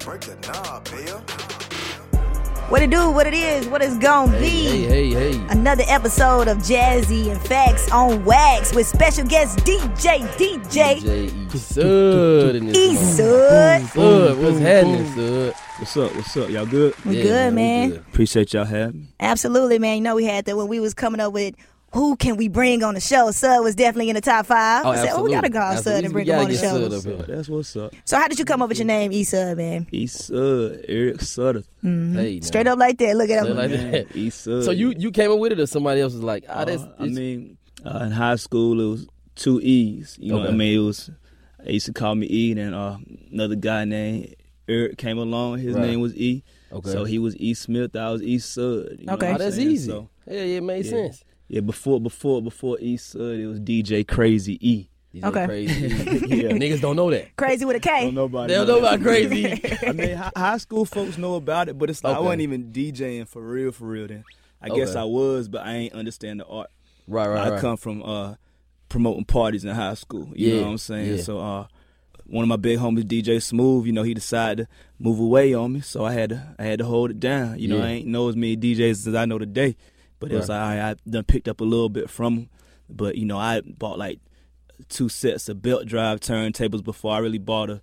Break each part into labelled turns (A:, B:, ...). A: break the knob, Bill.
B: What it do, what it is, what it's gonna be.
C: Hey, hey, hey. hey.
B: Another episode of Jazzy and Facts on Wax with special guest DJ DJ
C: DJ E. Sud in this mother-
B: Esud.
C: Sud, what's happening, Sud?
D: What's up? What's up? Y'all good?
B: We
C: Yeah,
B: good, man.
C: we good.
D: Appreciate y'all having me.
B: Absolutely, man. You know we had that when we was coming up with who can we bring on the show. Sud was definitely in the top five.
C: Oh,
B: I said, oh, we gotta
C: absolutely.
B: call Sud and
C: Absolutely. We
B: bring him
C: gotta
B: on the
C: get
B: show.
C: Sud up. Yeah.
D: That's what's up.
B: So how did you come up with your name, Esud, man?
D: East Sud, Eric Sutter.
C: Hey, now.
B: Mm-hmm. Straight up like that. Look at
C: Straight
B: him.
C: like that.
D: East Sud.
C: So you you came up with it, or somebody else was like, ah, that's
D: Uh, I mean, uh, in high school it was two E's. You know what I
C: Okay.
D: mean? It was they used to call me E, and uh, another guy named Eric came along. His
C: Right.
D: name was E.
C: Okay.
D: So he was E Smith. I was E Sud. You know
B: Okay.
D: what I'm
C: oh, that's
D: saying?
C: easy.
D: So,
C: yeah, yeah, it made
D: yeah.
C: sense.
D: yeah, before before before E Sud, it was DJ Crazy E.
C: These
B: Okay.
C: are Crazy.
D: Yeah.
C: Niggas don't know that.
B: Crazy with a K.
D: Don't nobody
C: They don't know about Crazy.
D: I mean, hi- high school folks know about it, but it's like I
C: Okay.
D: wasn't even DJing for real, for real. Then I guess
C: Okay.
D: I was, but I ain't understand the art.
C: right, right,
D: I
C: right.
D: come from uh, promoting parties in high school. You
C: Yeah,
D: know what I'm saying?
C: yeah.
D: So uh, one of my big homies, DJ Smooth, you know, he decided to move away on me, so I had to I had to hold it down. You know,
C: Yeah.
D: I ain't know as many DJs as I know today, but it was
C: Right.
D: like all right, I done picked up a little bit from him, but you know, I bought like two sets of belt drive turntables before I really bought a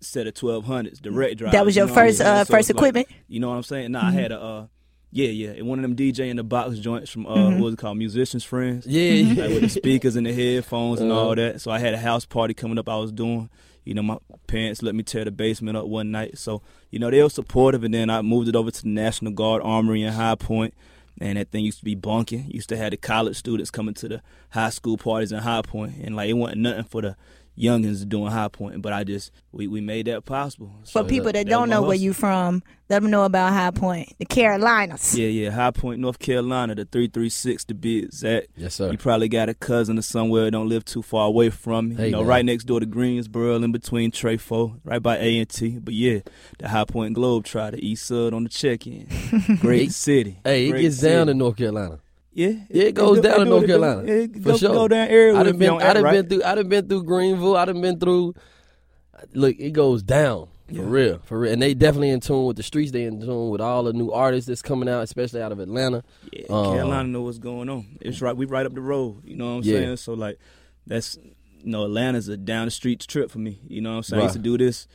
D: set of twelve hundreds direct drive.
B: That was your first, uh, first equipment? Mm-hmm.
D: you know what I'm saying? Nah, I had a uh, yeah, yeah, and one of them DJ in the box joints from uh, what was it called, Musicians Friends.
C: Mm-hmm. Yeah, yeah.
D: like with the speakers and the headphones and
C: Uh-huh.
D: all that. So I had a house party coming up. I was doing, you know, my parents let me tear the basement up one night. So you know they were supportive, and then I moved it over to the National Guard Armory in High Point. And that thing used to be bunking. Used to have the college students coming to the high school parties in High Point, and like it wasn't nothing for the youngins doing High Point. But I just we, we made that possible.
B: For
D: So
B: people that
D: that
B: don't
D: was my
B: know where
D: hustle.
B: you from, let them know about High Point, the Carolinas.
D: Yeah, yeah. High Point, North Carolina, the 336 to be exact.
C: Yes, sir.
D: You probably got a cousin or somewhere that don't live too far away from me.
C: Hey,
D: you know,
C: man.
D: right next door to Greensboro, in between Trefo, right by A&T. But yeah, the High Point Globe Trotter, East Sud on the check-in. Great city.
C: Hey, it
D: Great
C: gets down
D: city.
C: in North Carolina.
D: Yeah,
C: Yeah, it goes
D: do-
C: down
D: do
C: in
D: what
C: North
D: it do.
C: Carolina.
D: Yeah, it
C: for
D: go,
C: sure.
D: go down everywhere.
C: I done
D: if you
C: been,
D: don't
C: I
D: act
C: done
D: right.
C: been through, I done been through Greenville. I done been through. Look, it goes down for
D: Yeah.
C: real, for real. And they definitely in tune with the streets. They in tune with all the new artists that's coming out, especially out of Atlanta.
D: Yeah,
C: Uh,
D: Carolina know what's going on. It's right. We right up the road. You know what I'm
C: Yeah.
D: saying? So like, that's you know Atlanta's a down the street trip for me. You know what I'm saying? I used to
C: Right.
D: do this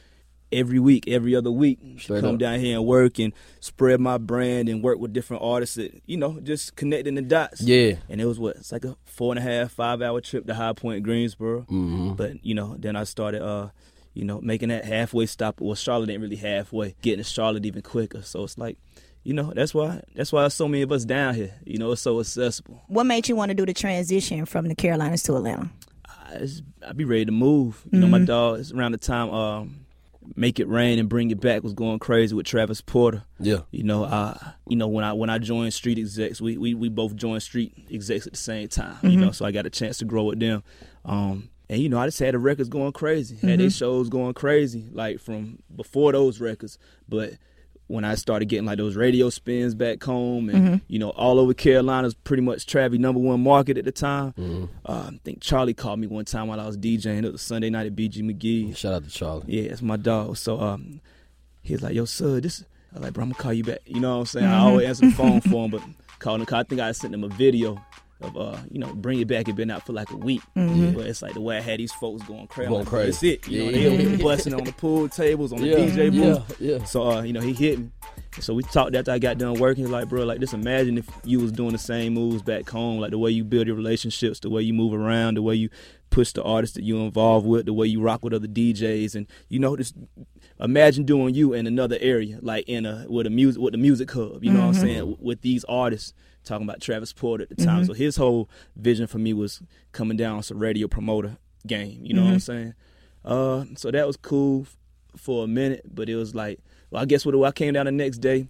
D: every week, every other week.
C: Straight
D: come
C: up.
D: down here and work and spread my brand and work with different artists. That, you know, just connecting the dots.
C: Yeah,
D: And it was what it's like a four and a half, five hour trip to High Point, Greensboro.
C: Mhm.
D: But you know, then I started, uh, you know, making that halfway stop. Well, Charlotte ain't really halfway, getting to Charlotte even quicker. So it's like, you know, that's why that's why so many of us down here. You know, it's so accessible.
B: What made you want to do the transition from the Carolinas to Atlanta?
D: I just, I be ready to move. You know, my dog. It's around the time um, "Make It Rain" and "Bring It Back" was going crazy with Travis Porter.
C: yeah.
D: You know, uh, you know when I when I joined Street Execs, we we, we both joined Street Execs at the same time. You know, so I got a chance to grow with them. Um, and you know, I just had the records going crazy, had they shows going crazy, like from before those records. But when I started getting like those radio spins back home, and you know, all over Carolina's pretty much Travi number one market at the time. Uh, I think Charlie called me one time while I was DJing. It was Sunday night at BG McGee.
C: Shout out to Charlie.
D: Yeah, it's my dog. So um, he was like, "Yo, son, this." I was like, "Bro, I'm gonna call you back." You know what I'm saying? I always answer the phone for him, but calling. I think I sent him a video of uh, you know, bring it back. It been out for like a week, but it's like the way I had these folks going crazy. I'm
C: Going
D: like,
C: crazy.
D: That's it. You
C: Yeah.
D: know, they were busting on the pool tables, on the
C: Yeah,
D: DJ booth.
C: yeah, yeah.
D: So uh, you know, he hit me. So we talked after I got done working. Like, bro, like just imagine if you was doing the same moves back home, like the way you build your relationships, the way you move around, the way you push the artists that you involved with, the way you rock with other DJs, and you know, just imagine doing you in another area, like in a with a music with the music hub. You know what I'm saying? W- With these artists. Talking about Travis Porter at the time, so his whole vision for me was coming down as a radio promoter game. You know what I'm saying? Uh, so that was cool f- for a minute, but it was like, well, I guess what I came down the next day.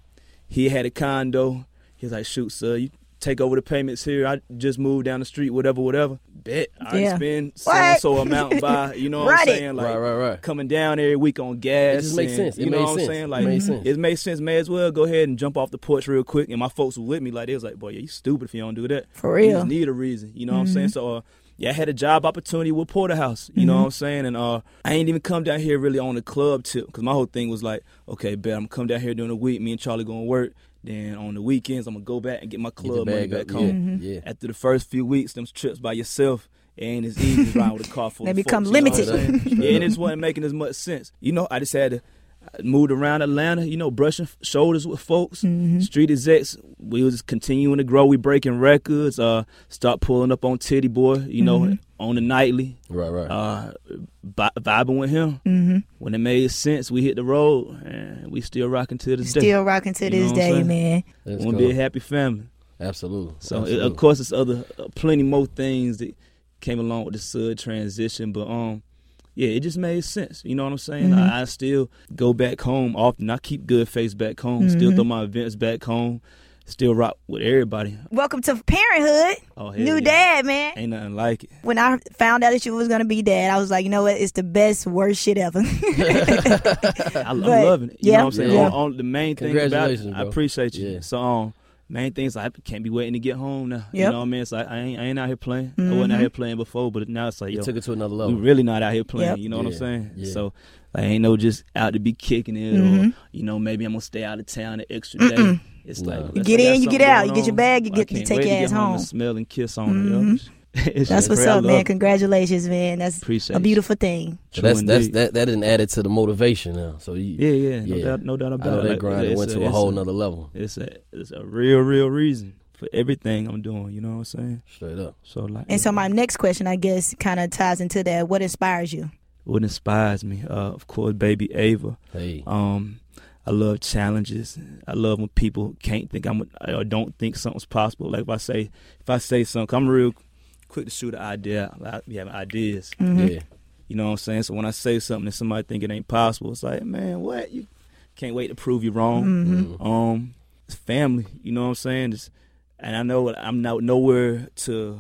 D: He had a condo. He was like, shoot, sir, you take over the payments here. I just moved down the street, whatever, whatever. Bet I
B: Yeah.
D: spend so
B: What?
D: and so amount by, you know what
B: Right
D: I'm
B: it.
D: saying? Like
C: Right, right, right.
D: coming down every week on gas.
C: It just makes
D: and-
C: sense. It
D: you know
C: made
D: what
C: sense.
D: I'm saying?
C: It
D: Like
C: made sense.
D: it made sense. May as well go ahead and jump off the porch real quick. And my folks were with me. Like they was like, boy, you stupid if you don't do that.
B: For
D: You
B: real. Mm-hmm.
D: just need a reason. You know what I'm saying? So uh, yeah, I had a job opportunity with Porterhouse. You know what I'm saying? And uh, I ain't even come down here really on the club tip because my whole thing was like, okay, bet I'm come down here during the week. Me and Charlie going to work. Then on the weekends, I'm gonna go back and get my
C: Get
D: club money back
C: up.
D: home.
C: Yeah, yeah.
D: After the first few weeks, them trips by yourself, it ain't as easy as riding with a car full
B: They
D: of
B: become
D: folks, you know what I'm
C: limited.
D: saying? yeah, and it just wasn't making as much sense. You know, I just had to move around Atlanta, you know, brushing f- shoulders with folks,
C: Mm-hmm.
B: Mm-hmm.
D: street execs. We was continuing to grow. We breaking records. Uh, start pulling up on Titty Boy, you know, on the nightly.
C: Right, Mm-hmm. right.
D: Uh, vi- vibing with him.
B: Mm-hmm.
D: When it made sense, we hit the road, and we still rocking to this day.
B: Still rocking to
D: You
B: this
D: know what I'm
B: day,
D: saying?
B: man.
C: Let's
D: Wanna
C: go.
D: be a happy family.
C: Absolutely.
D: So it,
C: Absolutely.
D: of course, it's other uh, plenty more things that came along with the Sud transition, but um, yeah, it just made sense. You know what I'm saying?
C: Mm-hmm.
D: I, I still go back home often. I keep good face back home.
C: Mm-hmm.
D: Still throw my events back home. Still rock with everybody.
B: Welcome to parenthood.
D: Oh, hell
B: New
D: yeah.
B: dad, man.
D: Ain't nothing like it.
B: When I found out that you was gonna be dad, I was like, you know what? It's the best worst shit ever.
D: I, am
B: But,
D: loving it. You
B: yeah.
D: know what I'm saying?
C: Yeah.
D: On, on the main thing about it,
C: Congratulations,
D: I
C: bro.
D: appreciate you.
C: Yeah.
D: So um, main things I can't be waiting to get home now. You
B: Yep. Mm-hmm.
D: know what I mean? It's like I ain't, I ain't out here playing. I wasn't out here playing before, but now it's like
C: you
D: yo,
C: took it to another
D: we
C: level.
D: really not out here playing.
B: Yep.
D: You know what
C: Yeah,
D: I'm saying?
C: yeah.
D: So I ain't no just out to be kicking it,
B: Mm-hmm.
D: or you know maybe I'm gonna stay out of town an extra day. It's
C: Nah.
D: like
C: You
D: unless
B: get
D: I got
B: in, you get
D: something
B: out, you
D: going
B: get your
D: on,
B: bag, you
D: I
B: get- you
D: can't
B: take
D: wait
B: your
D: to get
B: ass
D: and
B: home. Mm-hmm.
D: smell and kiss on it, yo. It's
B: That's
D: just
B: what's
D: great. I
B: up,
D: love
B: man.
D: it.
B: Congratulations, man. That's
D: Appreciate
B: a
D: you.
B: beautiful thing.
C: So
D: True
C: that's that's
D: indeed.
C: that that didn't add it to the motivation now. So you,
D: Yeah, yeah, no
C: Yeah.
D: doubt, no doubt
C: I
D: about
C: know
D: it.
C: that
D: Like,
C: grind
D: it's
C: went to a
D: it's
C: whole nother level.
D: It's a it's a real, real reason for everything I'm doing. You know what I'm saying?
C: Straight up.
D: So like,
B: And so my next question, I guess, kind of ties into that. What inspires you?
D: what inspires me, uh, of course, baby Ava.
C: Hey,
D: Um, I love challenges. I love when people can't think I'm or don't think something's possible. Like if I say if I say something, I'm real quick to shoot an idea. out. Like, I be having ideas.
B: Mm-hmm.
C: yeah,
D: You know what I'm saying? So when I say something and somebody think it ain't possible, it's like, man, what? You can't wait to prove you wrong.
B: Mm-hmm.
C: Mm-hmm.
D: Um, it's family. You know what I'm saying? It's, and I know I'm not nowhere to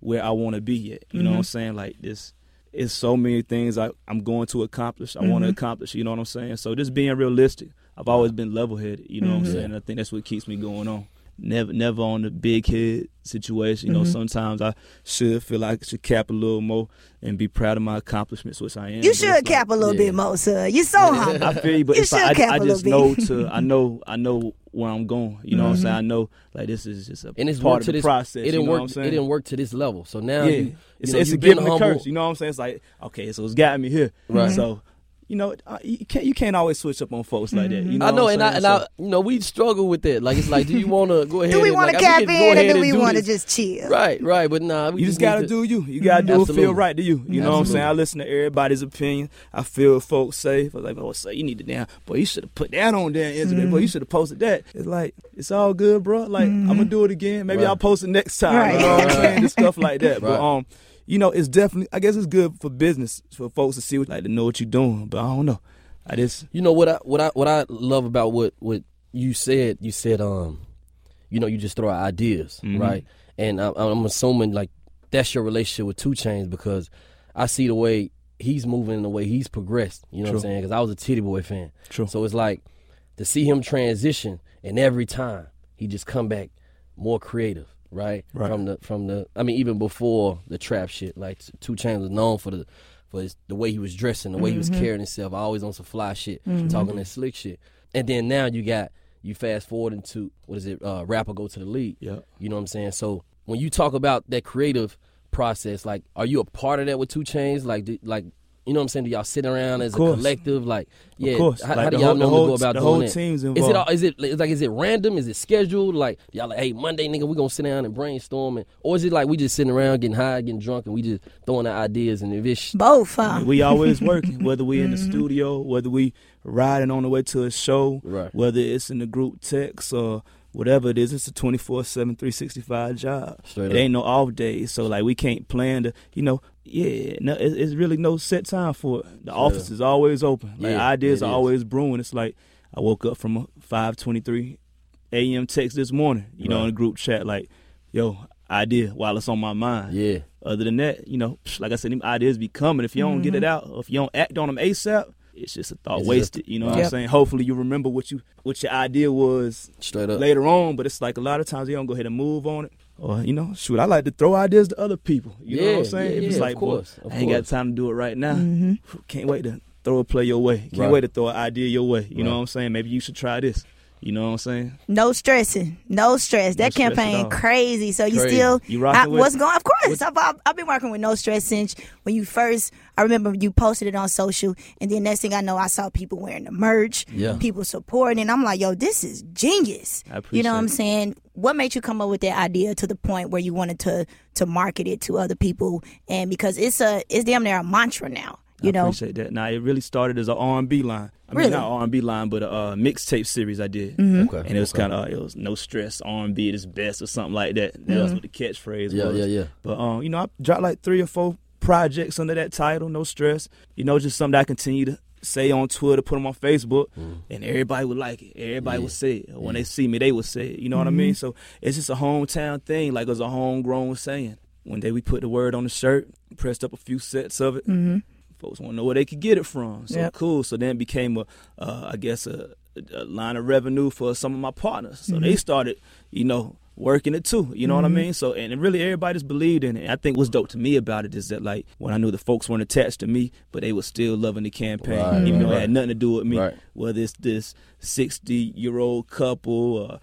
D: where I want to be yet. You know what
B: Mm-hmm.
D: I'm saying? Like this, it's so many things I, I'm going to accomplish. I
B: Mm-hmm.
D: want to accomplish. You know what I'm saying? So just being realistic. I've always been level headed. You know
B: Mm-hmm.
D: what I'm saying? I think that's what keeps me going on. Never, never on the big head situation. You
B: Mm-hmm.
D: know, sometimes I should feel like I should cap a little more and be proud of my accomplishments, which I am.
B: You
D: but
B: should
D: it's like-
B: cap a little
C: yeah.
B: bit more, sir. You so humble.
D: I feel you, but
B: You
D: it's
B: should
D: like,
B: cap
D: I, I
B: a
D: just
B: little
D: know to I know I know where I'm going. You know
B: Mm-hmm.
D: what I'm saying? I know like this is just a
C: and it's worked
D: part of
C: to
D: the
C: this
D: process.
C: It
D: you
C: didn't
D: know
C: work.
D: what I'm saying?
C: It didn't work to this level. So now
D: yeah.
C: you, you
D: it's
C: know,
D: it's a
C: you've been
D: gift and a curse.
C: humble.
D: You know what I'm saying? It's like okay, so it's gotten me here.
C: Right.
D: So you know uh, you can't you can't always switch up on folks like that.
B: Mm-hmm.
D: You know
C: I know,
D: what
C: and
D: I'm
C: I
D: saying?
C: and
D: So-
C: I, you know, we struggle with that. Like it's like, do you want to go ahead?
B: Do we
C: and,
B: want to
C: like,
B: cap
C: we can go
B: in,
C: ahead
B: or do we
C: and
B: want to
C: this?
B: just chill?
C: Right, right, but nah, we
D: you just gotta
C: need to- Mm-hmm.
D: do you. You gotta do
C: Absolutely.
D: what feel right to you. You know what I'm
C: Absolutely.
D: saying? I listen to everybody's opinion. I feel what folks say. I was like, oh, so you need to down. Boy, you should have put that on there, Instagram. Boy,
C: Mm-hmm.
D: you should have posted that. It's like it's all good, bro. Like I'm gonna do it again. Maybe
C: Right.
D: I'll post it next time.
B: Right.
D: You know what
C: Right.
D: I'm saying? Just stuff like
C: Right.
D: that. But um, you know, it's definitely. I guess it's good for business for folks to see what like to know what you're doing. But I don't know. I just
C: You know what I what I what I love about what what you said. You said um, you know, you just throw out ideas,
D: Mm-hmm.
C: right? And I, I'm assuming like that's your relationship with Two Chains because I see the way he's moving and the way he's progressed. You know what I'm
D: True.
C: saying? Because I was a Titty Boy fan,
D: True.
C: So it's like to see him transition, and every time he just come back more creative, right?
D: Right.
C: From the from the, I mean, even before the trap shit, like Two Chains was known for the for his, the way he was dressing, the way he was
D: Mm-hmm.
C: carrying himself, always on some fly shit, talking that slick shit, and then now you got you fast forward into what is it? Uh, rapper go to the league.
D: Yeah.
C: You know what I'm saying? So when you talk about that creative process, like, are you a part of that with Two Chains? Like, do, like. You know what I'm saying? Do y'all sit around as a
D: course.
C: collective? Like, yeah.
D: course.
C: How,
D: Like,
C: how do
D: the
C: y'all
D: whole- the
C: normally
D: whole-
C: go about
D: the
C: doing
D: whole
C: that? Is
D: team's
C: it all,
D: involved.
C: is it like is it random? Is it scheduled? Like y'all like, hey, Monday nigga, we gonna sit down and brainstorm, and, or is it like we just sitting around getting high, getting drunk, and we just throwing out ideas and if it's
B: Both, huh?
D: we always working, whether we in the studio, whether we riding on the way to a show,
C: Right.
D: whether it's in the group text or whatever it is, it's a 24 7, 365 job.
C: Straight
D: it
C: up.
D: ain't no off days, so like we can't plan to, you know, yeah, no, it, it's really no set time for it. The office is always open. Like
C: Yeah,
D: ideas
C: it
D: are
C: is.
D: always brewing. It's like I woke up from a 523 a.m. text this morning, you know,
C: Right.
D: in the group chat, like, yo, idea while it's on my mind.
C: yeah,
D: Other than that, you know, psh, like I said, them ideas be coming. If you don't get it out, or if you don't act on them ASAP, it's just a thought
C: It's just a-
D: wasted. you know what I'm
B: Yep.
D: saying? Hopefully, you remember what you what your idea was
C: straight up.
D: later on. But it's like a lot of times you don't go ahead and move on it. Or you know, shoot, I like to throw ideas to other people. You know what
C: Yeah,
D: I'm saying?
C: yeah,
D: if it's
C: yeah,
D: like,
C: of course,
D: boy,
C: of
D: I ain't got
C: course.
D: time to do it right now.
B: hmm
D: Can't wait to throw a play your way. Can't
C: Right.
D: wait to throw an idea your way. You know
C: Right.
D: what I'm saying? Maybe you should try this. You know what I'm saying?
B: No stressing, no stress.
D: No
B: that
D: stress at
B: campaign
D: all.
B: crazy. So you
C: Crazy.
B: still
D: You rocking
B: I-
D: with
B: what's
D: it?
B: going? Of course, I've, I've, I've been working with no stress since when you first. I remember you posted it on social, and then next thing I know, I saw people wearing the merch,
C: Yeah.
B: people supporting, and I'm like, yo, this is genius.
D: I
B: you know
D: appreciate
B: what I'm
D: it.
B: saying? What made you come up with that idea to the point where you wanted to to market it to other people? And because it's a it's damn near a mantra now. You
D: I
B: know,
D: appreciate that. Now it really started as an R&B line. I mean,
B: Really? Mm-hmm.
D: not R&B line, but a uh, mixtape series I did.
C: Okay.
D: And it was kind of uh, it was no stress R&B at its best or something like that. That
B: Mm-hmm.
D: was what the catchphrase
C: Yeah,
D: was.
C: yeah, yeah.
D: But um, you know, I dropped like three or four projects under that title, no stress. You know, just something that I continue to say on Twitter, put them on Facebook,
C: Mm.
D: and everybody would like it. Everybody would say it. When they see me, they would say it. You know what I mean?
B: Mm-hmm.
D: So it's just a hometown thing, like it's a homegrown saying. One day we put the word on the shirt, pressed up a few sets of it. Mm-hmm. Folks want to know where they could get it from. So
B: Yep.
D: cool. So then it became a, uh, I guess a, a line of revenue for some of my partners. So they started, you know, working it too. You know what I mean? So and it really everybody just believed in it. I think what's dope to me about it is that like when I knew the folks weren't attached to me, but they were still loving the campaign,
C: Right,
D: even though
C: right,
D: it had nothing to do with me.
C: Right.
D: Whether it's this sixty-year-old couple or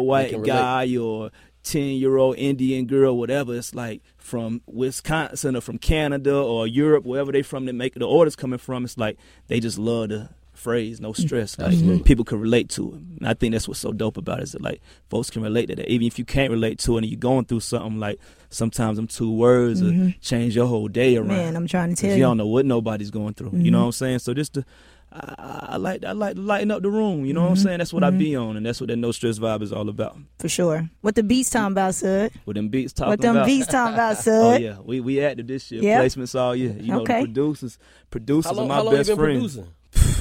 C: they can
D: white
C: relate.
D: guy or 10 year old Indian girl, whatever. It's like from Wisconsin or from Canada or Europe, wherever they from that make the orders coming from. It's like they just love the phrase, no stress. Like
C: Absolutely.
D: people can relate to it. And I think that's what's so dope about it is that like folks can relate to that. Even if you can't relate to it and you're going through something, like sometimes them two words or change your whole day around.
B: man, I'm trying to
D: 'Cause
B: tell
D: you
B: you.
D: don't know what nobody's going through. You know what I'm saying? So just to, I, I- I like I like to lighten up the room. You know what I'm saying? That's what I be on, and that's what that no stress vibe is all about.
B: for sure. What the beats talking about, Sud?
D: With them beats talking
B: What them
D: about.
B: beats talking about, Sud?
D: Oh yeah, we we active this year.
B: Yeah.
D: Placements all year. You know
B: Okay.
D: the producers, producers
C: How long,
D: are my
C: how long you
D: best
C: been
D: friends.
C: producing?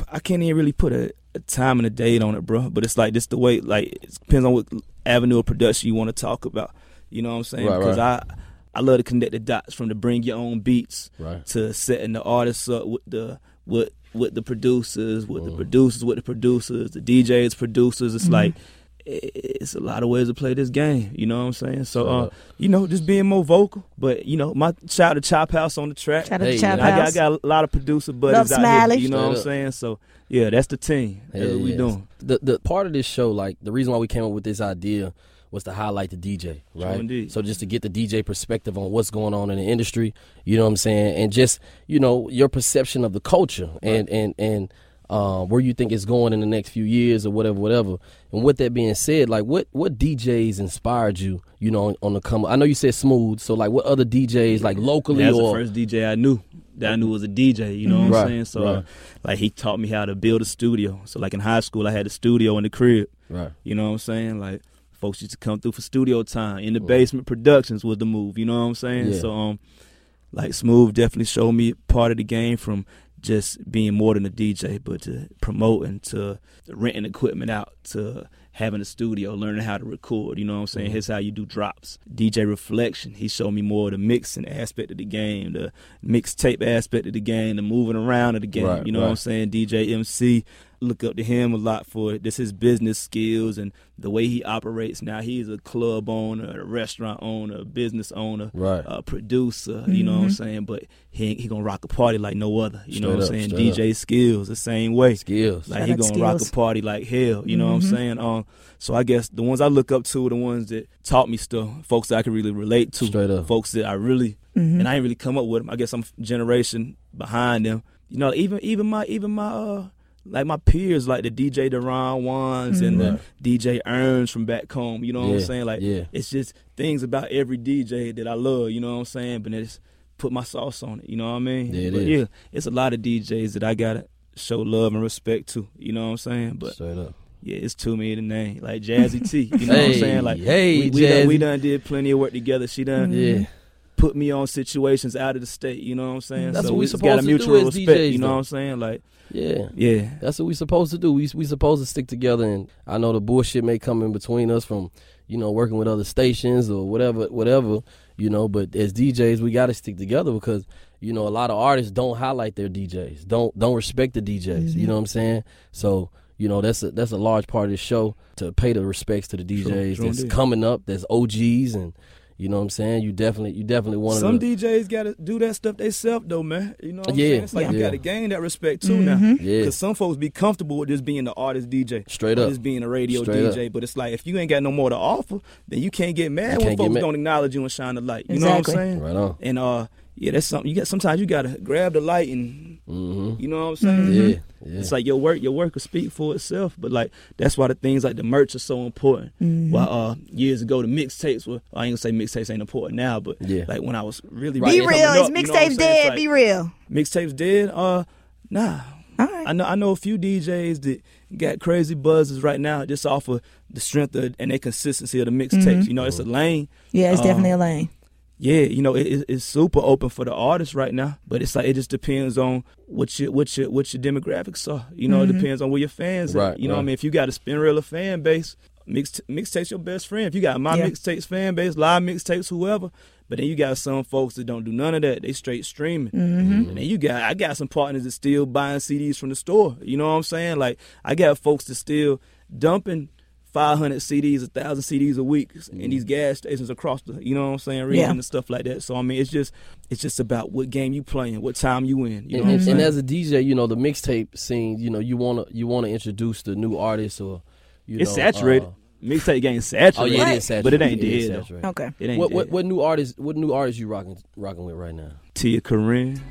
D: I can't even really put a, a time and a date on it, bro. But it's like this the way. Like it depends on what avenue of production you want to talk about. You know what I'm saying?
C: Right,
D: because I I love to connect the dots from the bring your own beats
C: Right.
D: to setting the artists up with the with with the producers, with the producers, with the producers, the DJs, producers.
B: Mm-hmm.
D: It's like i- it's a lot of ways to play this game. You know what I'm saying? So
C: Straight
D: uh,
C: up.
D: you know, just being more vocal. But you know, my shout to Chop House on the track.
B: Shout out
C: Hey,
B: to
C: yeah.
B: Chop
D: And I got, I
B: House.
D: got a lot of producer
B: Love
D: buddies out
B: Smiley.
D: here. You know
C: Straight
D: what I'm
C: up.
D: saying? So yeah, that's the team. That's
C: Hell
D: what we
C: yes.
D: doing.
C: The the part of this show, like the reason why we came up with this idea was to highlight the DJ, right?
D: indeed.
C: So just to get the DJ perspective on what's going on in the industry, you know what I'm saying, and just you know your perception of the culture and and and uh, where you think it's going in the next few years or whatever, whatever. And with that being said, like what what DJs inspired you, you know, on, on the come? I know you said smooth, so like what other DJs, like locally
D: That's
C: or
D: the first DJ I knew that I knew was a DJ. You know what
C: Right,
D: I'm saying? So
C: right.
D: uh, like he taught me how to build a studio. So like in high school, I had a studio in the crib.
C: right,
D: You know what I'm saying? Like folks used to come through for studio time. In the basement productions was the move, you know what I'm saying?
C: Yeah.
D: So um like Smooth definitely showed me part of the game from just being more than a DJ, but to promoting, to renting equipment out, to having a studio, learning how to record, you know what I'm
C: Mm-hmm.
D: saying? Here's how you do drops. DJ Reflection, he showed me more of the mixing aspect of the game, the mixtape aspect of the game, the moving around of the game,
C: Right,
D: you know what I'm
C: right.
D: saying? saying DJ MC. Look up to him a lot for this his business skills and the way he operates. Now he's a club owner, a restaurant owner, a business owner,
C: Right.
D: a producer. You know what
B: Mm-hmm.
D: I'm saying? But he he gonna rock a party like no other. You
C: Straight
D: know what
C: up,
D: I'm saying?
C: straight up.
D: DJ skills the same way.
C: skills,
D: Like
B: Shout
D: he
B: out
D: gonna
B: to
D: rock
B: Skills. Mm-hmm.
D: a party like hell. You know what I'm saying? Um, so I guess the ones I look up to are the ones that taught me stuff, folks that I can really relate to,
C: Straight up.
D: folks that I really and I ain't really come up with them. I guess I'm generation behind them. You know, even even my even my uh like my peers, like the DJ Deron Wands and
C: Right.
D: the DJ Earns from back home. You know what I'm
C: Yeah,
D: saying? Like
C: yeah.
D: it's just things about every DJ that I love. You know what I'm saying? But it's put my sauce on it. You know what I mean?
C: Yeah, it
D: but
C: is.
D: yeah, it's a lot of DJs that I gotta show love and respect to. You know what I'm saying? But
C: straight up.
D: yeah, it's too many the name like Jazzy T. You know what
C: Hey,
D: I'm saying? Like
C: hey,
D: we, we done, we
C: Jazzy.
D: done did plenty of work together. She done
C: Yeah,
D: put me on situations out of the state. You know what I'm saying?
C: That's
D: so
C: what we
D: it's
C: supposed
D: got a
C: to do
D: mutual
C: as
D: respect.
C: DJs
D: you know
C: though.
D: what I'm saying? Like
C: yeah.
D: yeah,
C: That's what we supposed to do. We we supposed to stick together, and I know the bullshit may come in between us from, you know, working with other stations or whatever, whatever, you know. But as DJs, we got to stick together because you
D: Mm-hmm.
C: know a lot of artists don't highlight their DJs, don't don't respect the DJs. You know what I'm saying? So You know, that's a that's a large part of the show to pay the respects to the DJs
D: true
C: that's
D: indeed.
C: coming up, that's OGs and you know what I'm saying? You definitely you definitely one
D: Some
C: of the
D: DJs gotta do that stuff themselves though, man. You know, what I'm
C: Yeah,
D: saying? it's like you
C: yeah. Mm-hmm.
D: gotta gain that respect too now,
C: Yeah.
D: because some folks be comfortable with just being the artist DJ,
C: Straight
D: or
C: up.
D: just being a radio
C: Straight up.
D: DJ. But it's like if you ain't got no more to offer, then you can't get
C: You
D: mad when
C: can't get
D: folks
C: mad.
D: don't acknowledge you and shine the light. You
B: Exactly.
D: know what I'm saying?
C: Right on.
D: And uh, yeah, that's something you got. Sometimes you gotta grab the light and
C: Mhm.
D: you know what I'm saying.
C: Yeah. Yeah.
D: Mm-hmm. It's like your work, your work will speak for itself. But like that's why the things like the merch are so important.
B: Mm-hmm.
D: Why uh years ago the mixtapes were I ain't gonna say mixtapes ain't important now, but
C: Yeah.
D: like when I was really
B: Be
D: coming
B: real. Is
D: up, you know what I'm
B: mixtapes
D: saying?
B: dead?
D: It's
B: Be real.
D: like, mixtapes dead? Uh nah.
B: All right.
D: I know I know a few DJs that got crazy buzzes right now just off of the strength of and their consistency of the mixtapes.
B: Mm-hmm.
D: You know, it's a lane.
B: Yeah, it's
D: Um,
B: definitely a lane.
D: Yeah, you know, it, it- it's super open for the artists right now, but it's like it just depends on what your what your what your demographics are. You know, it depends on where your fans are.
C: Mm-hmm. Right,
D: You know, what I
C: right.
D: mean, if you got a spin real fan base, mix mixtapes your best friend. If you got my
B: Yeah.
D: mixtapes fan base, live mixtapes, whoever. But then you got some folks that don't do none of that. They straight streaming.
C: Mm-hmm.
D: And then you got I got some partners that still buying CDs from the store. You know what I'm saying? Like I got folks that still dumping. 500 CDs, 1,000 CDs a week
C: Mm-hmm.
D: in these gas stations across the, you know what I'm saying, region
B: Yeah.
D: and stuff like that. So I mean, it's just it's just about what game you playing, what time you in. You know
C: and,
D: what I'm
C: and-
D: saying?
C: and as a DJ, you know the mixtape scene. You know you wanna you wanna introduce the new artists or you
D: it's
C: know,
D: saturated.
C: uh,
D: Mixtape game saturated.
C: oh yeah, it
B: Right.
C: is saturated, Oh.
D: But it ain't
C: is
D: dead, though.
C: saturated.
B: Okay.
D: It ain't
C: What, what
D: dead.
C: what new artists? What new artists you rocking rocking with right now?
D: Tia Corinne.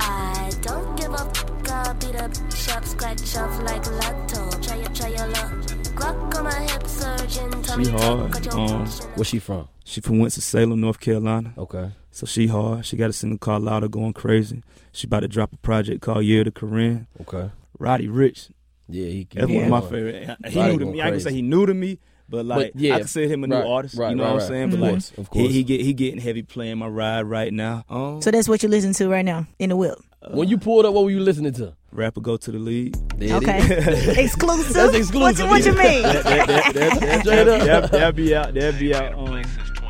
E: I don't give a f- I'll beat up shop, scratch off like Lotto. Try your, try your luck. Glock on my hip, surgeon. Tell
D: She
E: me,
D: hard,
E: cut your
D: um,
E: function
C: Where's she from?
D: She from Winston-Salem, North Carolina.
C: Okay.
D: So she hard. She got a single called Louder Going Crazy. She about to drop a project called Year to Corinne.
C: Okay.
D: Roddy Rich.
C: Yeah, he can.
D: That's
B: Yeah.
D: one of my favorite. He
C: Roddy
D: new to
C: going
D: me. I can say
C: crazy.
D: he new to me, but like
C: yeah,
D: I consider him a new
C: right,
D: artist.
C: right,
D: you know
C: right,
D: what I'm
C: right.
D: saying?
C: Of
D: But like
C: course, of
D: he,
C: course.
D: he get he getting heavy playing my ride right now. Um,
B: So that's what you're listening to right now in the whip.
D: uh,
C: when you pulled up, what were you listening to?
D: rapper go to the league.
C: There it is.
B: Okay. exclusive.
C: That's exclusive,
B: What, you- what you mean?
D: that, that, that, that,
C: Straight up.
D: that, that'll be out. That'll be out. Um,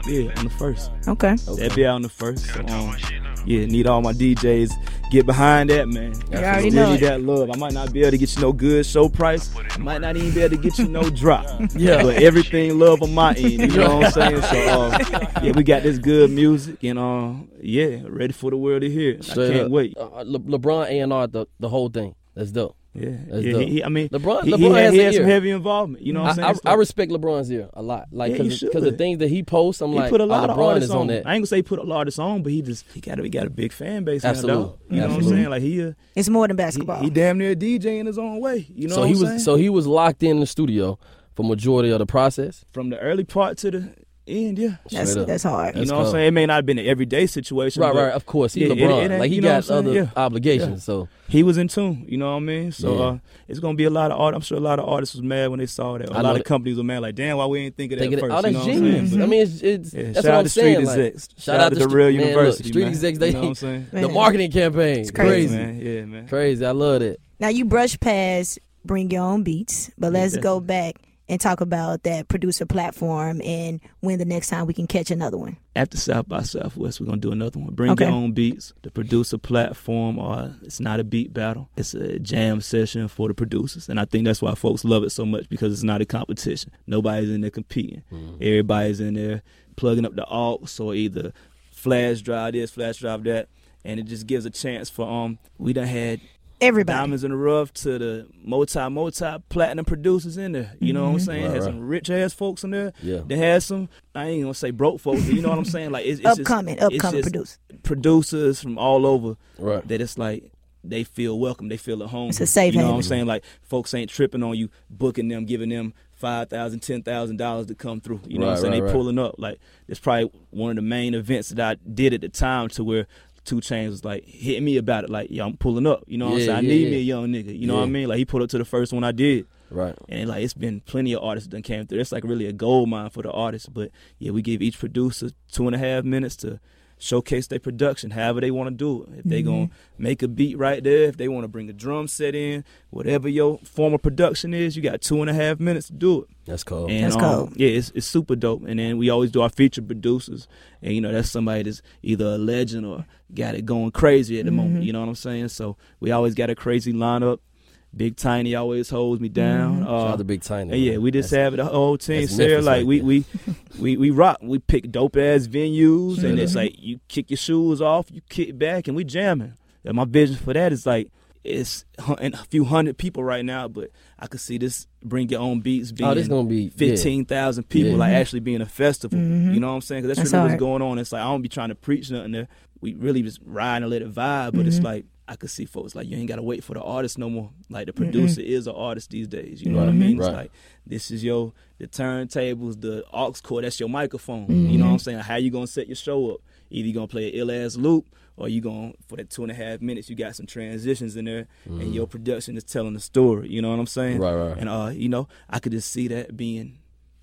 D: yeah, on the first.
B: okay.
D: That'll be out on the first. So, um, yeah, need all my DJs. Get behind that, man.
B: You already
D: Give
B: know
D: you
B: it.
D: that love. I might not be able to get you no good show price. I might not even be able to get you no drop.
C: Yeah.
D: But everything love on my end. You know what I'm saying? So um, yeah, we got this good music and um, yeah, ready for the world to hear. I
C: Straight
D: can't
C: up.
D: wait.
C: Uh, uh, Le- LeBron A and R the the whole thing. That's dope.
D: Yeah,
C: That's
D: yeah.
C: dope.
D: He, he- I mean,
C: LeBron-
D: he, he
C: LeBron
D: had,
C: has
D: he
C: an
D: had some
C: ear.
D: heavy involvement. You know what I'm
C: I,
D: saying?
C: I,
D: It's
C: I
D: like-
C: respect LeBron's ear a lot, like
D: Yeah, you
C: because
D: should.
C: the things that he posts, I'm
D: He
C: like,
D: put a
C: oh,
D: lot of
C: LeBron
D: artists
C: is on that.
D: I ain't gonna say he put a lot of on, but he just he got a, he got a big fan base now,
C: Absolutely.
D: dog. You know what I'm
C: Absolutely.
D: saying? Like he a,
B: It's more than
D: he,
B: basketball.
D: he damn near a DJ in his own way. You know
C: so
D: what
C: he
D: I'm
C: was
D: saying?
C: so he was locked in the studio for majority of the process.
D: from the early part to the end, yeah.
B: that's
C: Straight up.
B: that's hard.
D: You
C: That's
D: know what I'm
C: cool.
D: saying? It may not have been an everyday situation.
C: Right,
D: but
C: right. Of course, he
D: Yeah, it-
C: LeBron.
D: it ain't-
C: like he
D: you know
C: got
D: what I'm
C: other
D: saying? Yeah.
C: obligations.
D: Yeah.
C: So
D: He was in tune, you know what I mean? So
C: Yeah.
D: uh, it's gonna be a lot of art. I'm sure a lot of artists was mad when they saw that. A
C: I know
D: lot of
C: that-
D: companies were mad, like, damn, why we ain't think of that
C: Thinking
D: first?
C: that, oh, that's
D: you know what I'm saying?
C: genius.
D: But-
C: I mean, it's, it's
D: Yeah,
C: that's
D: shout
C: what
D: out
C: I'm
D: to Street
C: saying. like,
D: Execs. Shout, out to
C: the man,
D: Real
C: look,
D: University.
C: Street
D: man.
C: Execs, they
D: you know what I'm saying?
B: Man,
C: the marketing campaign.
B: It's crazy.
C: crazy. Crazy.
D: man. Yeah, man.
C: I love it.
B: Now you brush past bring your own beats, but let's go back and talk about that producer platform and when the next time we can catch another one.
D: after South by Southwest, we're gonna do another one. Bring
B: Okay.
D: your own beats. The producer platform, or it's not a beat battle. It's a jam session for the producers, and I think that's why folks love it so much because it's not a competition. Nobody's in there competing.
C: Mm-hmm.
D: Everybody's in there plugging up the aux or either flash drive this, flash drive that, and it just gives a chance for um. We done had
B: Everybody.
D: Diamonds in the rough to the multi multi platinum producers in there. You know what I'm saying?
C: Mm-hmm. Right,
D: Had
C: right.
D: some rich ass folks in there.
C: Yeah.
D: They had some I ain't gonna say broke folks, but you know what I'm saying? Like it's, it's
B: upcoming,
D: just,
B: upcoming
D: it's just
B: producer.
D: producers from all over
C: Right.
D: that it's like they feel welcome, they feel at home.
B: It's a safe
D: You know what
B: haven.
D: I'm saying? Like folks ain't tripping on you, booking them, giving them five thousand, ten thousand dollars to come through. You know what
C: Right,
D: I'm saying?
C: right,
D: they
C: right.
D: pulling up. Like it's probably one of the main events that I did at the time to where Two Chains was like hitting me about it, like, yo, I'm pulling up. You know what
C: Yeah,
D: I'm saying? I
C: yeah,
D: need
C: yeah.
D: me a young nigga. You know what I
C: Yeah.
D: mean? Like he pulled up to the first one I did.
C: Right.
D: And like it's been plenty of artists done came through. It's like really a gold mine for the artists. But yeah, we give each producer two and a half minutes to showcase their production, however they want to do it. If they
C: Mm-hmm.
D: gonna make a beat right there, if they want to bring a drum set in, whatever your form of production is, you got two and a half minutes to do it.
C: That's cool.
D: And,
B: That's
D: um,
B: cold.
D: Yeah, it's, it's super dope. And then we always do our feature producers, and you know that's somebody that's either a legend
C: Mm-hmm.
D: or got it going crazy at the moment. You know what I'm saying? So we always got a crazy lineup. Big Tiny always holds me down.
C: Shout
D: Uh,
C: out to Big Tiny.
D: and yeah,
C: man.
D: we just
C: That's-
D: have it the whole team.
C: that's
D: Sarah,
C: Memphis
D: like
C: right
D: we,
C: there.
D: we we we rock. We pick dope ass venues, and it's like you kick your shoes off, you kick back, and we jamming. And my vision for that is like it's hun- and a few hundred people right now, but I could see this bring your own beats being
C: Oh, this gonna be yeah.
D: fifteen thousand people,
C: Yeah.
D: like actually being a festival. You know what I'm saying? 'Cause that's,
B: Mm-hmm. That's
D: really what's
B: hard.
D: going on. It's like I don't be trying to preach nothing. There. We really just ride and let it vibe. But it's like I could see folks like you ain't gotta wait for the artist no more. Like the producer is an artist these days. You know what I
C: Right,
D: mean?
C: right.
D: It's like this is your the turntables, the aux cord. That's your microphone. You know what I'm saying? How you gonna set your show up? Either you gonna play an ill ass loop. Or you going for that two and a half minutes? You got some transitions in there, and your production is telling the story. You know what I'm saying?
C: Mm-hmm. Right, right.
D: And uh, you know, I could just see that being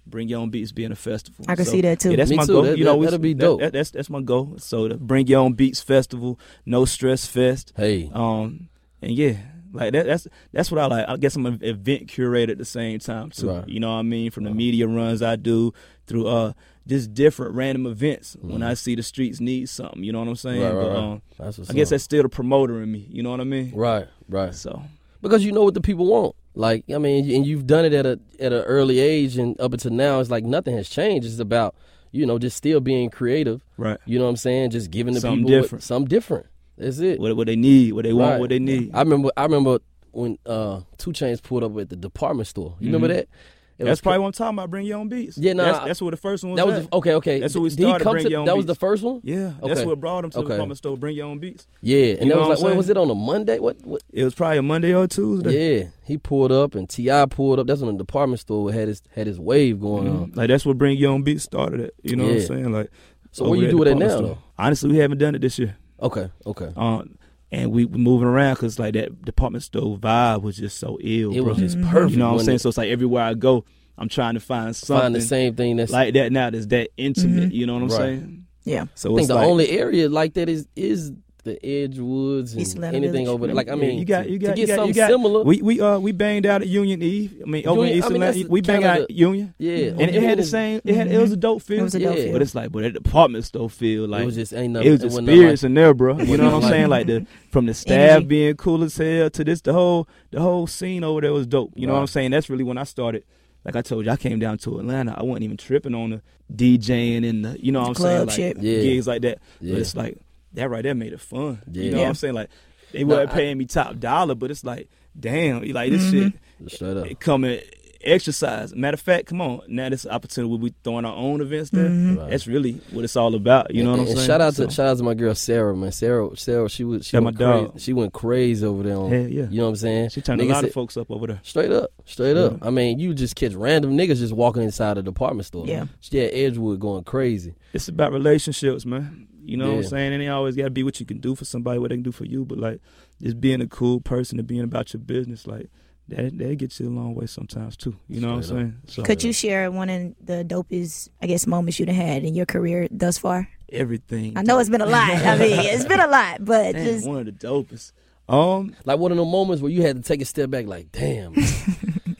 D: Bring Your Own Beats being a festival.
B: I could see that, too.
D: Yeah, that's
C: Me
D: my
C: too.
D: goal.
C: That-
D: you know,
C: that-
D: it's-
C: that'd be
D: that-
C: dope.
D: that- that's that's my goal. So the Bring Your Own Beats festival, no stress fest.
C: Hey,
D: Um, and yeah, like that, that's that's what I like. I guess I'm an event curator at the same time too.
C: Right.
D: You know what I mean? From the media runs I do through uh just different random events when I see the streets need something. You know what I'm saying?
C: Mm-hmm. Right, right,
D: but
C: right.
D: um,
C: That's what's
D: I guess
C: up.
D: that's still the promoter in me. You know what I mean?
C: right, right.
D: So
C: because you know what the people want. Like I mean, and you've done it at a at an early age, and up until now, it's like nothing has changed. It's about you know just still being creative.
D: right,
C: You know what I'm saying? Just giving the
D: Something
C: people what-
D: different.
C: something different. That's it.
D: what what they need, what they want,
C: Right.
D: what they need.
C: I remember. I remember when uh, Two Chains pulled up at the department store. You remember that? It
D: Mm-hmm. That's
C: was-
D: probably what I'm talking about. Bring your own beats.
C: Yeah, nah,
D: that's,
C: I-
D: that's what the first one was.
C: that was
D: at.
C: the- okay. Okay,
D: That's what we
C: Did he
D: started.
C: come
D: Bring
C: to-
D: your own
C: That was the
D: beats.
C: first one.
D: Yeah, that's
C: Okay.
D: what brought them to
C: Okay.
D: the department store. Bring your own beats.
C: Yeah, and
D: You
C: that
D: know
C: was
D: what
C: like
D: I'm
C: when was
D: saying?
C: it on a Monday? What? what?
D: It was probably a Monday or Tuesday.
C: Yeah, he pulled up and Ti pulled up. That's when the department store had his had his wave going on.
D: Mm-hmm. Like that's what Bring Your Own Beats started at. You know what
C: Yeah.
D: I'm saying? Like,
C: So where
D: over
C: you
D: at
C: do it at
D: department
C: now,
D: store. Honestly, we haven't done it this year.
C: Okay, okay.
D: Um, and we were moving around because like that department store vibe was just so ill.
C: It
D: bro.
C: was just perfect,
D: You know what I'm
C: wasn't
D: saying?
C: it?
D: So it's like everywhere I go, I'm trying to find something
C: Find the same thing that's
D: like that now that's that intimate. You know what I'm
C: Right.
D: saying?
B: Yeah.
C: I
D: So
C: think
D: it's
C: the
D: like,
C: only area like that is is the Edgewoods
B: East
C: and
B: Atlanta
C: anything
B: Village.
C: over there. Like I
D: Yeah,
C: mean,
D: you got,
C: to-
D: you
C: to
D: got,
C: get
D: you got,
C: something
D: you got,
C: similar.
D: We we uh we banged out at Union Eve. I mean, over
C: Union-
D: in East
C: I mean, that's
D: Atlanta, we banged
C: kinda
D: out at Union.
C: yeah,
D: And it had the same. It had. It was a dope feel.
B: was a dope
C: Yeah. feel.
D: But it's like, but that department store feel like
C: it was just ain't nothing.
D: it was the
C: wasn't nothing
D: spirits in there, bro. You know what I'm
C: nothing
D: saying?
C: like-
D: Like the from the staff
C: e
B: Energy.
D: being cool as hell to this, the whole the whole scene over there was dope. You know what I'm
C: Right.
D: saying? That's really when I started. Like I told you, I came down to Atlanta. I wasn't even tripping on the DJing and the, you know what I'm
B: Club
D: saying,
B: shit.
D: like
C: Yeah.
D: gigs like that.
C: Yeah.
D: But it's like that right there made it fun.
C: Yeah.
D: You know
B: Yeah.
D: what I'm saying? Like they
C: No,
D: weren't
C: I-
D: paying me top dollar, but it's like, damn, like this shit
C: like- Straight up.
D: it come in exercise. Matter of fact, come on, now this opportunity we'll be throwing our own events there.
B: Mm-hmm.
C: Right.
D: Mm-hmm. That's really what it's all about. You know what I'm
C: Mm-hmm. And
D: saying?
C: Shout out
D: So-
C: to shout out to my girl Sarah, man. Sarah, Sarah, she was she
D: Yeah,
C: went
D: my dog.
C: crazy. She went crazy over there. On,
D: Hell yeah.
C: You know what I'm saying?
D: She turned
C: Niggas
D: a lot
C: said-
D: of folks up over there.
C: Straight up, straight up.
D: Yeah.
C: I mean, you just catch random niggas just walking inside a department store.
B: Yeah.
C: she had Edgewood going crazy.
D: It's about relationships, man. You know what
C: Yeah.
D: I'm saying? And it always got to be what you can do for somebody, what they can do for you. But like, just being a cool person and being about your business, like that, that gets you a long way sometimes too. You know what
C: Straight
D: I'm saying? So
B: Could you share one of the dopest, I guess, moments you'd had in your career thus far?
D: everything?
B: I know it's been a lot. I mean, it's been a lot, but
D: Damn,
B: just
D: one of the dopest. Um,
C: Like one of the moments where you had to take a step back, like, damn,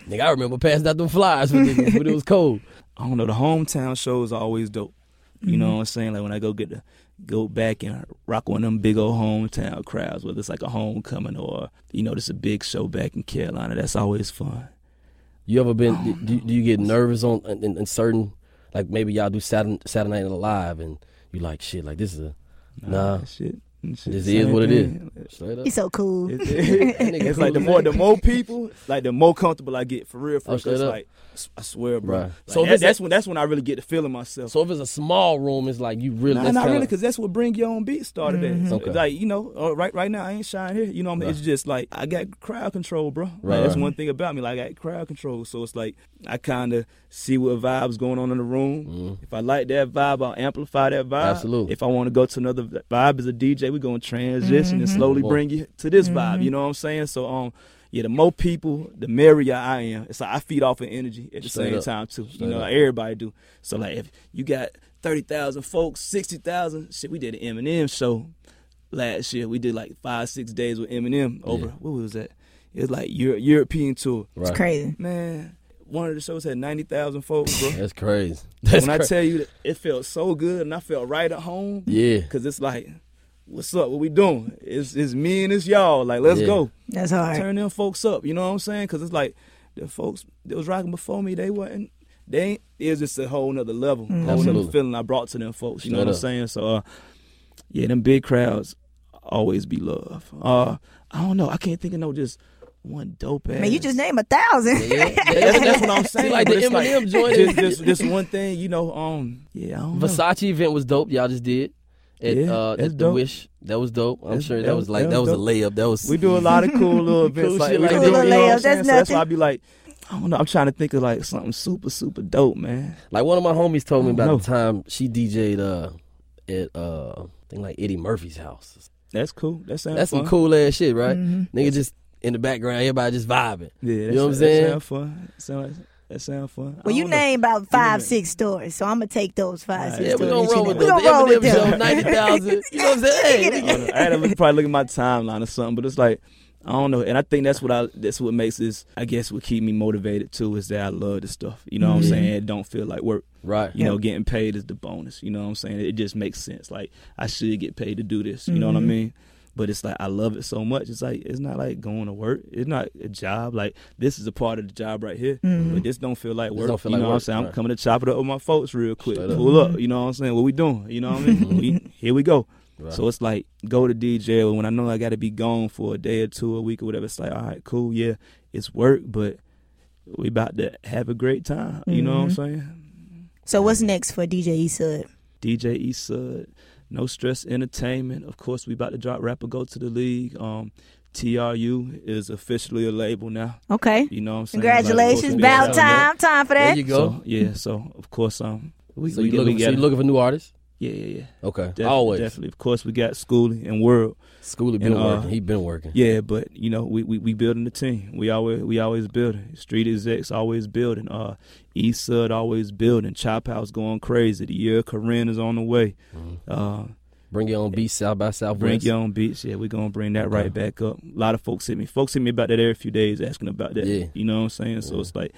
C: nigga, I remember passing out them flies when it, when it was cold.
D: I don't know. The hometown shows are always dope. You know
B: Mm-hmm.
D: what I'm saying? Like when I go get the go back and rock one of them big old hometown crowds, whether it's like a homecoming or you know, this a big show back in Carolina. That's always fun.
C: You ever
D: Oh
C: been? Do, do you get nervous on in, in certain? Like maybe y'all do Saturday, Saturday Night Live, and you like shit. Like this is a nah.
D: That shit. that shit
C: This
D: the
C: is
D: same
C: what it is.
D: thing.
C: Straight up.
B: it's so cool.
D: It-
C: That nigga
D: it's like the
C: cool
D: more
C: as
D: the more people, like the more comfortable I get for real.
C: Oh,
D: For real, 'cause
C: straight up.
D: like s- I swear, bro.
C: Right.
D: so
C: So if
D: that,
C: it's a-
D: that's when that's when I really get to feeling myself.
C: So if it's a small room, it's like you really.
D: Nah,
C: that's kinda-
D: not
C: Mm-hmm.
D: really, because that's what bring your own beat started. At. So,
C: Okay.
D: Like you know, uh, right right now I ain't shine here. You know, what I mean? it's just like I got crowd control, bro. Like,
C: Right,
D: that's
C: right.
D: one thing about me. Like I got crowd control, so it's like I kind of see what vibes going on in the
C: Mm-hmm.
D: room.
C: Mm,
D: If I like that vibe, I'll amplify that vibe.
C: Absolutely.
D: If I want to go to another vibe as a DJ, we're gonna transition and slowly
C: Come on.
D: bring you to this vibe. You know what I'm saying? So um. Yeah, the more people, the merrier I am. It's like I feed off of energy at the
C: Straight
D: same
C: up.
D: time too.
C: Straight
D: you know,
C: up.
D: everybody do. So like, if you got thirty thousand folks, sixty thousand, shit, we did an Eminem show last year. We did like five, six days with Eminem over.
C: Yeah.
D: What was that? It was like Euro- European tour.
C: Right.
B: It's crazy.
D: Man, one of the shows had ninety thousand folks, bro.
C: That's crazy. That's
D: when
C: cra-
D: I tell you, that it felt so good, and I felt right at home.
C: yeah,
D: Cause it's like, what's up? What we doing? It's it's me and it's y'all. Like, let's
C: Yeah.
D: go.
B: That's hard.
D: turn them folks up. You know what I'm saying? Because it's like the folks that was rocking before me, they wasn't. They ain't. It was just a whole nother level, whole nother
C: Absolutely.
D: feeling I brought to them folks. You know
C: Straight
D: what I'm
C: up.
D: saying? So, uh, yeah, them big crowds always be love. Uh, I don't know. I can't think of no just one dope ass.
B: Man, you just name a thousand.
C: Yeah.
D: That's, that's what I'm saying.
C: Like
D: but
C: the
D: it's like,
C: Eminem joint.
D: Just, just, just one thing, you know. Um, yeah, I don't know.
C: Versace event was dope. Y'all just did. At,
D: Yeah,
C: uh,
D: that's
C: at the
D: dope.
C: Wish. That was dope. I'm
D: That's-
C: sure that,
D: that
C: was
D: was-
C: like
D: that
C: that was
D: was
C: a layup. That was
D: We do a lot of cool little events
C: Cool
D: like,
C: shit
D: we
C: like
D: do,
C: that.
D: you know what I'm
B: Cool layups,
D: saying?
B: that's
D: so that's why I
B: nothing.
D: be like, I don't know. I'm trying to think of like something super super dope, man.
C: like one of my homies told me
D: I don't
C: about
D: know.
C: the time she DJ'd uh at uh I think like Eddie Murphy's house.
D: That's cool. That sounds
C: That's
D: fun.
C: some cool ass shit, right?
B: Mhm.
C: Nigga just in the background, everybody just vibing.
D: Yeah,
C: you
D: that
C: know what I'm
D: sound-
C: saying?
D: That sound fun. That sound, like, that sound fun. I
B: Well, you
D: don't know.
B: name about five,
D: Yeah.
B: six stores, so I'm gonna take those five,
D: Alright.
B: six
C: Yeah, we
B: stores.
C: gonna
B: that you named.
C: roll with
B: We
C: those.
B: gonna roll with
C: Eminem show
B: them.
C: ninety thousand. You know what I'm saying? Hey,
D: I, don't know. I had to look, probably look at my timeline or something, but it's like I don't know. And I think that's what I that's what makes this. I guess what keep me motivated too is that I love this stuff. You know what I'm
B: Mhm.
D: saying? It don't feel like work.
C: right.
D: You know, getting paid is the bonus. You know what I'm saying? It just makes sense. Like I should get paid to do this. You know what I
C: Mm-hmm.
B: Mhm.
D: mean? But it's like I love it so much. It's like it's not like going to work. It's not a job. Like this is a part of the job right here.
B: Mhm.
D: But this don't feel like
C: This
D: work.
C: don't feel
D: you
C: like
D: know what I'm
C: work,
D: saying? I'm
C: right.
D: coming to chop it up with my folks real quick.
C: Straight up. Mm-hmm.
D: Pull up. You know what I'm saying? What we doing? You know what I mean? we, here we go.
C: Right.
D: So it's like go to DJ when I know I got to be gone for a day or two, a week or whatever. It's like all right, cool, yeah, it's work, but we about to have a great time. You know what I'm
B: Mhm.
C: Mm-hmm.
D: saying?
B: So what's next for DJ E Sub?
D: DJ E Sud, No Stress Entertainment. Of course, we about to drop rapper go to the league. Um, TRU is officially a label now.
B: Okay.
D: You know what I'm saying? Like, of course,
B: Congratulations,
D: we
C: about
B: about
D: got
B: time,
D: that.
B: time for
C: there
B: that.
C: you go.
D: So, yeah, so of course, um, we,
C: so,
D: we,
C: you looking,
D: we
C: so
D: got
C: you looking for new artists?
D: yeah, yeah, yeah.
C: Okay,
D: Def-
C: always.
D: definitely. Of course, we got Schooly and World.
C: Schoolie been
D: And, uh,
C: working. He been working.
D: Yeah, but you know, we, we, we building the team. We always we always building. Street execs always building. Uh East Sud always building. Chop House going crazy. The year of Corinne is on the way.
C: Mhm.
D: Uh
C: Bring your own beat South by Southwest.
D: bring your own beats. Yeah, we're gonna bring that right
C: Okay.
D: back up. A lot of folks hit me. Folks hit me about that every few days asking about that.
C: Yeah.
D: You know what I'm saying? So
C: Yeah.
D: it's like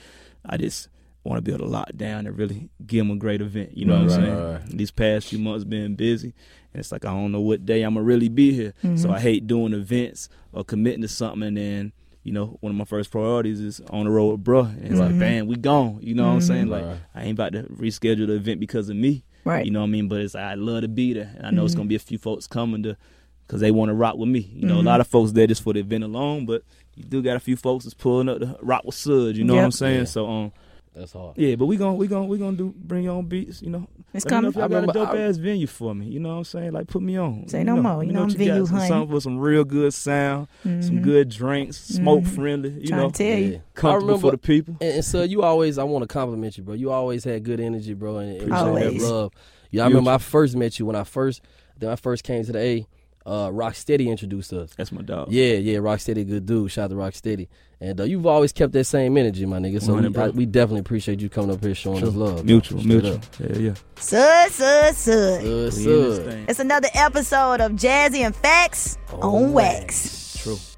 D: I just want to be able to lock down and really give them a great event. You know
C: Right,
D: what I'm
C: right,
D: saying?
C: right, right.
D: These past few months been busy, and it's like I don't know what day I'm gonna really be here. So I hate doing events or committing to something and then. You know, one of my first priorities is on the road with bruh. And it's like,
B: Right.
D: bam, we gone. You know what I'm saying?
C: Mm-hmm. Right, right.
D: Like, I ain't about to reschedule the event because of me.
B: Right.
D: You know what I mean? But it's like, I love to be there. And I know it's
B: Mhm.
D: going to be a few folks coming to, because they want to rock with me. You know,
B: Mhm.
D: a lot of folks there just for the event alone, but you do got a few folks that's pulling up to rock with Sud. You know what
B: Yep.
D: I'm saying?
C: Yeah.
D: So, um,
C: That's hard.
D: yeah, but we gon' we gon' we gonna do bring your own beats. You know,
B: It's
D: Let me know
B: coming.
D: if y'all
C: I
D: got a
C: remember-
D: dope
C: I-
D: ass venue for me. You know what I'm saying? Like put me on.
B: Say
D: Let
B: no
D: me know.
B: more.
D: Let
B: You
D: me
B: know I'm
D: what you got.
B: venue
D: Some-
B: hunting.
D: Something with some real good sound, some
B: Mhm.
D: good drinks, smoke
B: Mhm.
D: friendly. You
B: Trying
D: know,
B: to tell you.
C: Yeah.
D: comfortable
C: I remember-
D: for the people.
C: And, and so you always, I want to compliment you, bro. You always had good energy, bro, and, and all that
B: Always.
C: love. Yeah, I remember I first met you when I first, then I first came to the A. Uh, Rocksteady introduced us.
D: That's my dog.
C: Yeah, yeah, Rocksteady, good dude. Shout out to Rocksteady, and uh, you've always kept that same energy, my nigga. So
D: 100,
C: we,
D: bro.
C: I, we definitely appreciate you coming up here showing us love. bro.
D: Mutual,
C: Straight
D: mutual.
C: up.
D: Yeah, yeah.
B: Sud, sud, sud.
C: Good,
D: We in this
C: sir.
D: thing.
B: It's another episode of Jazzy and Facts on, Wax.
D: True.